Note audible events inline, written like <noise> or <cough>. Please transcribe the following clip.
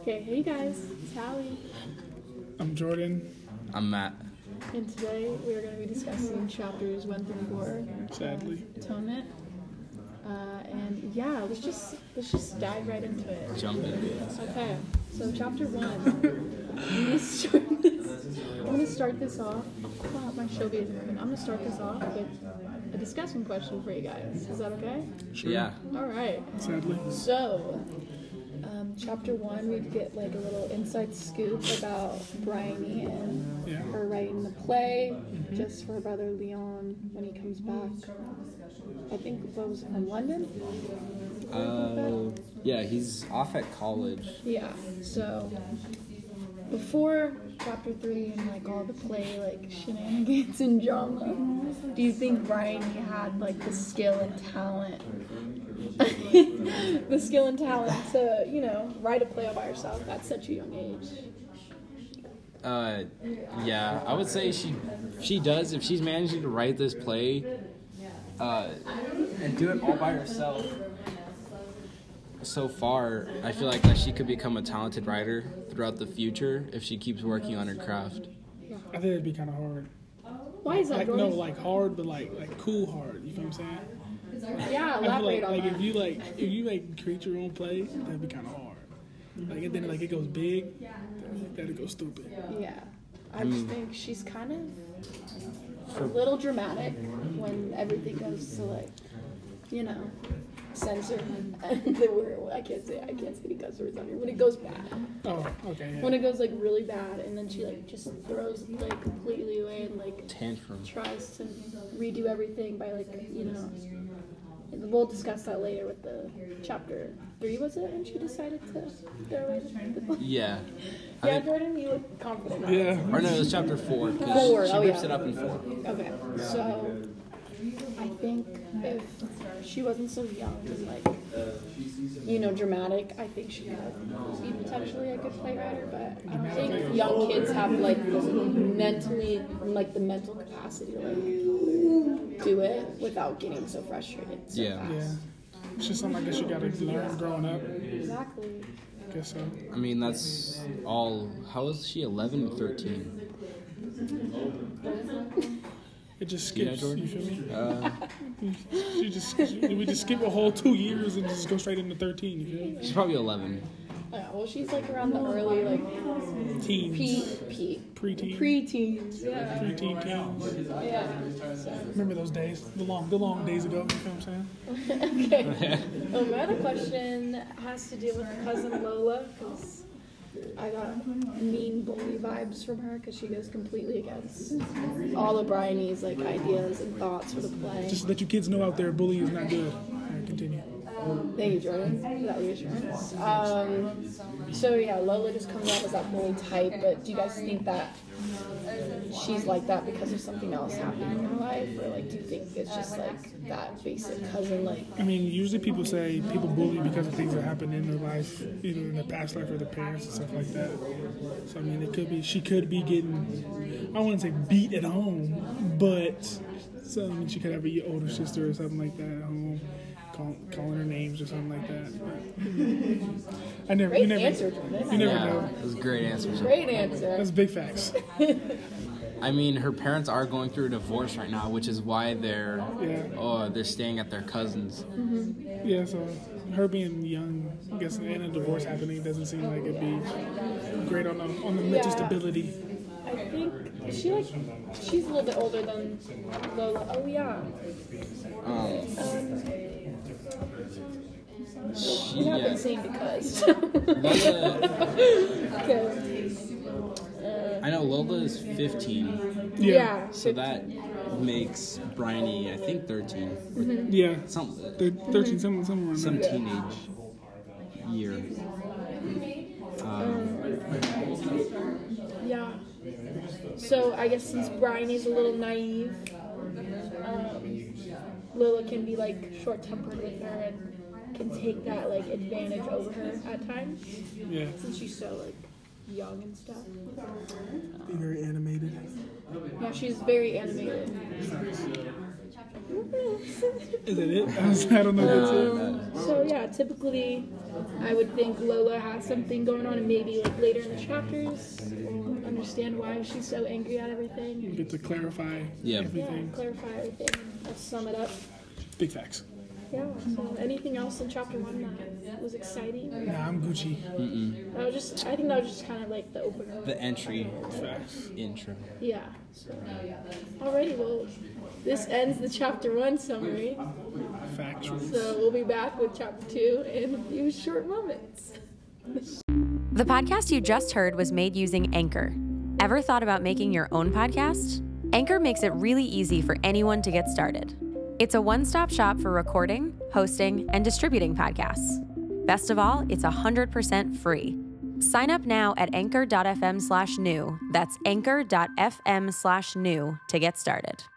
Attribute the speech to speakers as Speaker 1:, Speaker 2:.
Speaker 1: Okay, hey guys, it's Hallie,
Speaker 2: I'm Jordan.
Speaker 3: I'm Matt.
Speaker 1: and today we are going to be discussing chapters 1 through 4,
Speaker 2: Sadly,
Speaker 1: Atonement. Uh, and yeah, let's just let's just dive right into it.
Speaker 3: Jump into it.
Speaker 1: Okay, so chapter 1. <laughs> I'm going to start this, I'm gonna start this off. Wow, my Shelby isn't working. I'm going to start this off with a discussion question for you guys. Is that okay?
Speaker 2: Sure.
Speaker 3: Yeah.
Speaker 1: All right.
Speaker 2: sadly,
Speaker 1: So, um, chapter one, we'd get like a little inside scoop about Bryony and
Speaker 2: Yeah.
Speaker 1: her writing the play just for brother Leon when he comes back. I think what was it, from London?
Speaker 3: Uh, yeah, he's off at college.
Speaker 1: Yeah. So before chapter three and like all the play like shenanigans and drama, do you think Bryony had like the skill and talent? <laughs> the skill and talent to, you know, write a play all by herself at such a young age.
Speaker 3: Uh, yeah, I would say she she does if she's managing to write this play, uh, and do it all by herself. So far, I feel like that she could become a talented writer throughout the future if she keeps working on her craft.
Speaker 2: I think it'd be kind of hard.
Speaker 1: Why is that?
Speaker 2: Like
Speaker 1: Jordan?
Speaker 2: no, like hard, but like like cool hard. You feel what I'm saying?
Speaker 1: yeah,
Speaker 2: I
Speaker 1: elaborate
Speaker 2: feel like
Speaker 1: on
Speaker 2: like
Speaker 1: that.
Speaker 2: if you like if you like create your own play, that'd be kind of hard. Like and then like it goes big, that'd go stupid.
Speaker 1: Mm-hmm. yeah, I
Speaker 3: Hmm.
Speaker 1: just think she's kind of a little dramatic when everything goes to like, you know, censor. <laughs> And the word I can't say I can't say any cuss words on here. When it goes bad,
Speaker 2: Oh, okay. Yeah.
Speaker 1: when it goes like really bad, and then she like just throws it like completely away and like
Speaker 3: Tantrum.
Speaker 1: tries to redo everything by like you know. We'll discuss that later with the chapter three, was it? And she decided to throw away the, the
Speaker 3: Yeah. I
Speaker 1: Yeah,
Speaker 3: think-
Speaker 1: Jordan, you look confident. on it.
Speaker 2: Yeah.
Speaker 3: or no, it was chapter
Speaker 1: Four,
Speaker 3: four because she
Speaker 1: oh,
Speaker 3: rips
Speaker 1: yeah.
Speaker 3: it up in four.
Speaker 1: Okay. So, I think if she wasn't so young and like, you know, dramatic, I think she could be potentially a good play writer. But I don't think young kids have like the mentally, like the mental capacity to like do it without getting so frustrated. So
Speaker 3: Yeah.
Speaker 2: Yeah.
Speaker 1: Fast.
Speaker 2: It's just something I guess you gotta learn growing up.
Speaker 1: Exactly.
Speaker 2: guess so.
Speaker 3: I mean, that's all. How is she 11 or 13?
Speaker 2: It just
Speaker 3: You know,
Speaker 2: skips.
Speaker 3: Jordan?
Speaker 2: You feel me?
Speaker 3: Uh,
Speaker 2: <laughs> You just we just skip a whole two years and just go straight into thirteen. You feel me?
Speaker 3: she's probably 11.
Speaker 1: Yeah, well, she's like around the early like
Speaker 2: Teens,
Speaker 1: pre pre
Speaker 2: preteen,
Speaker 1: pre-teens. Yeah.
Speaker 2: preteen teens.
Speaker 1: Yeah.
Speaker 2: Remember those days? The long, the long days ago. You feel what I'm saying?
Speaker 1: <laughs> Um, okay. Well, my other question has to do with cousin Lola because I got mean bully vibes from her because she goes completely against all of Bryony's like ideas and thoughts for the play.
Speaker 2: Just let you kids know out there, bullying is not good. All right, continue.
Speaker 1: Thank you, Jordan, for that reassurance. Um, so yeah, Lola just comes off as that bully type, but do you guys think that she's like that because of something else happening in her life, or like do you think it's just like that basic cousin like?
Speaker 2: I mean, usually people say people bully because of things that happened in their life, either in their past life or their parents and stuff like that. So I mean, it could be she could be getting, I wouldn't say beat at home, but so I mean, she could have a older sister or something like that at home, call, calling her names or something like that. But, <laughs> I never, you
Speaker 1: Great
Speaker 2: never,
Speaker 1: answer, Jordan.
Speaker 2: you never
Speaker 3: Yeah,
Speaker 2: know.
Speaker 3: that was a great answer.
Speaker 1: Great answer.
Speaker 2: That's big facts.
Speaker 3: I mean, her parents are going through a divorce right now, which is why they're
Speaker 2: Yeah.
Speaker 3: oh they're staying at their cousins.
Speaker 2: Yeah, so her being young, I guess, and a divorce happening doesn't seem like it'd be great on the on the
Speaker 1: Yeah.
Speaker 2: mental stability.
Speaker 1: I think is she like she's a little bit older than Lola. Oh yeah.
Speaker 3: Um, she,
Speaker 1: We have been
Speaker 3: yeah.
Speaker 1: saying <laughs> because.
Speaker 3: Lola,
Speaker 1: Because
Speaker 3: I know Lola is 15,
Speaker 1: yeah.
Speaker 3: so that makes Bryony I think
Speaker 2: Mm-hmm.
Speaker 3: 13,
Speaker 2: Yeah.
Speaker 3: some
Speaker 2: Thir- 13, something, somewhere around
Speaker 3: some
Speaker 2: there.
Speaker 3: teenage year. Um,
Speaker 1: Yeah. So I guess since Bryony's a little naive, um, Lola can be like short tempered with her and can take that like advantage over her at times
Speaker 2: Yeah.
Speaker 1: since she's so like young and stuff.
Speaker 2: Be very animated.
Speaker 1: <laughs> Yeah, she's very animated.
Speaker 2: Is that it? <laughs> I was- I don't know. That's it.
Speaker 1: Um, so yeah, typically, I would think Lola has something going on, and maybe like later in the chapters, we'll understand why she's so angry at everything.
Speaker 2: You get to clarify
Speaker 1: Yeah,
Speaker 3: Yeah.
Speaker 2: everything.
Speaker 1: clarify everything. Let's sum it up.
Speaker 2: Big facts.
Speaker 1: Yeah. So anything else in chapter one that was exciting?
Speaker 2: Nah, I'm Gucci.
Speaker 1: That was just. I think that was just kind of like the opener.
Speaker 3: The entry
Speaker 2: Facts.
Speaker 3: intro.
Speaker 1: Yeah. So. Alrighty. Well, this ends the chapter one summary.
Speaker 2: Factual.
Speaker 1: So we'll be back with chapter two in a few short moments.
Speaker 4: The podcast you just heard was made using Anchor. Ever thought about making your own podcast? Anchor makes it really easy for anyone to get started. It's a one stop shop for recording, hosting, and distributing podcasts. Best of all, it's 100% free. Sign up now at anchor.fm slash new. That's anchor.fm slash new to get started.